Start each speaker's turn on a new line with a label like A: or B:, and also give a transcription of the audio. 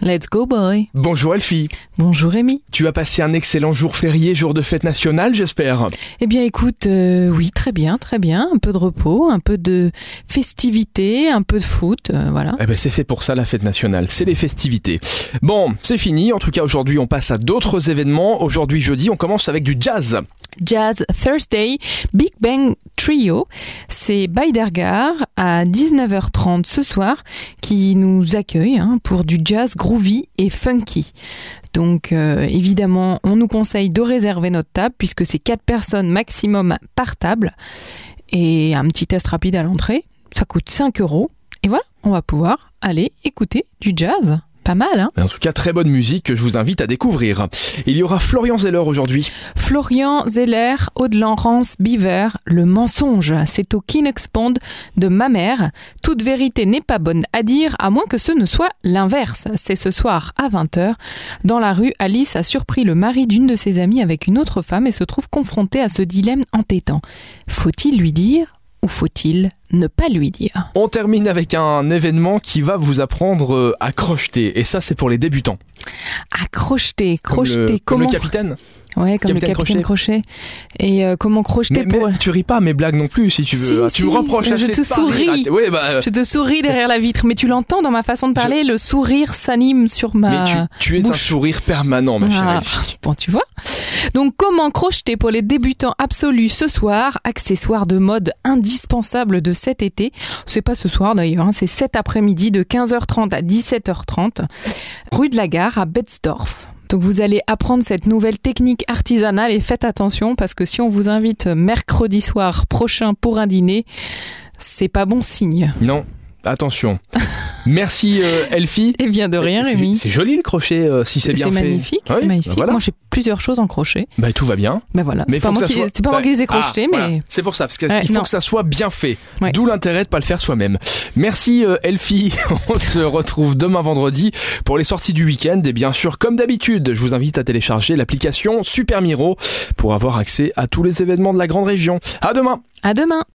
A: Let's go boy
B: Bonjour Elfie,
A: Bonjour Rémi
B: tu as passé un excellent jour férié, jour de fête nationale j'espère.
A: Eh bien écoute, euh, oui très bien, très bien, un peu de repos, un peu de festivité, un peu de foot, euh, voilà.
B: Eh ben c'est fait pour ça la fête nationale, c'est les festivités. Bon, c'est fini, en tout cas aujourd'hui on passe à d'autres événements. Aujourd'hui jeudi on commence avec du jazz.
A: Jazz Thursday, Big Bang Trio, c'est Baidergar à 19h30 ce soir qui nous accueille hein, pour du jazz groovy et funky. Donc euh, évidemment, on nous conseille de réserver notre table puisque c'est 4 personnes maximum par table et un petit test rapide à l'entrée, ça coûte 5 euros et voilà, on va pouvoir aller écouter du jazz. Pas mal, hein
B: En tout cas très bonne musique que je vous invite à découvrir. Il y aura Florian Zeller aujourd'hui.
A: Florian Zeller, Audelan Rance, Biver, Le mensonge, c'est au Kinexpond de ma mère. Toute vérité n'est pas bonne à dire, à moins que ce ne soit l'inverse. C'est ce soir à 20h. Dans la rue, Alice a surpris le mari d'une de ses amies avec une autre femme et se trouve confrontée à ce dilemme entêtant. Faut-il lui dire ou faut-il ne pas lui dire
B: On termine avec un événement qui va vous apprendre euh, à crocheter et ça c'est pour les débutants.
A: Ah, crocheter,
B: Comme le-
A: crocheter,
B: comme
A: comment
B: le capitaine.
A: Ouais, comme
B: capitaine
A: le capitaine crochet. Et euh, comment crocheter
B: Mais, mais
A: pour...
B: tu ris pas à mes blagues non plus si tu veux.
A: Si,
B: Ah,
A: si,
B: tu me reproches
A: je
B: assez
A: te
B: de pas rire à
A: souris.
B: tes- Ouais, bah, euh,
A: Je te souris derrière la vitre, mais tu l'entends dans ma façon de parler, le sourire s'anime sur ma...
B: mais tu, tu es un
A: Bah, bouche.
B: sourire permanent ma chère
A: Ah,
B: Elfie.
A: bon, tu vois. Donc, comment crocheter pour les débutants absolus ce soir Accessoire de mode indispensable de cet été. C'est pas ce soir d'ailleurs, hein, c'est cet après-midi de 15h30 à 17h30, rue de la Gare à Betzdorf. Donc vous allez apprendre cette nouvelle technique artisanale et faites attention parce que si on vous invite mercredi soir prochain pour un dîner, c'est pas bon signe.
B: Non, attention. Merci euh, Elfie.
A: Et Eh bien de rien,
B: C'est-
A: Rémi.
B: C'est joli le crochet euh, si c'est bien fait.
A: magnifique,
B: Ah oui,
A: c'est magnifique.
B: bah voilà.
A: Moi, j'ai plusieurs choses en crochet.
B: Bah tout va bien.
A: Ben voilà,
B: Mais
A: c'est pas,
B: faut que
A: moi
B: ça
A: qui,
B: soit-
A: c'est pas moi
B: bah,
A: qui les ai
B: ah,
A: crochetés, mais
B: voilà. c'est pour ça parce qu'il
A: Ouais,
B: faut
A: non.
B: que ça soit bien fait.
A: Ouais.
B: D'où l'intérêt de pas le faire soi-même. Merci euh, Elfie. On se retrouve demain vendredi pour les sorties du week-end et bien sûr comme d'habitude, je vous invite à télécharger l'application Super Miro pour avoir accès à tous les événements de la grande région. À demain.
A: à demain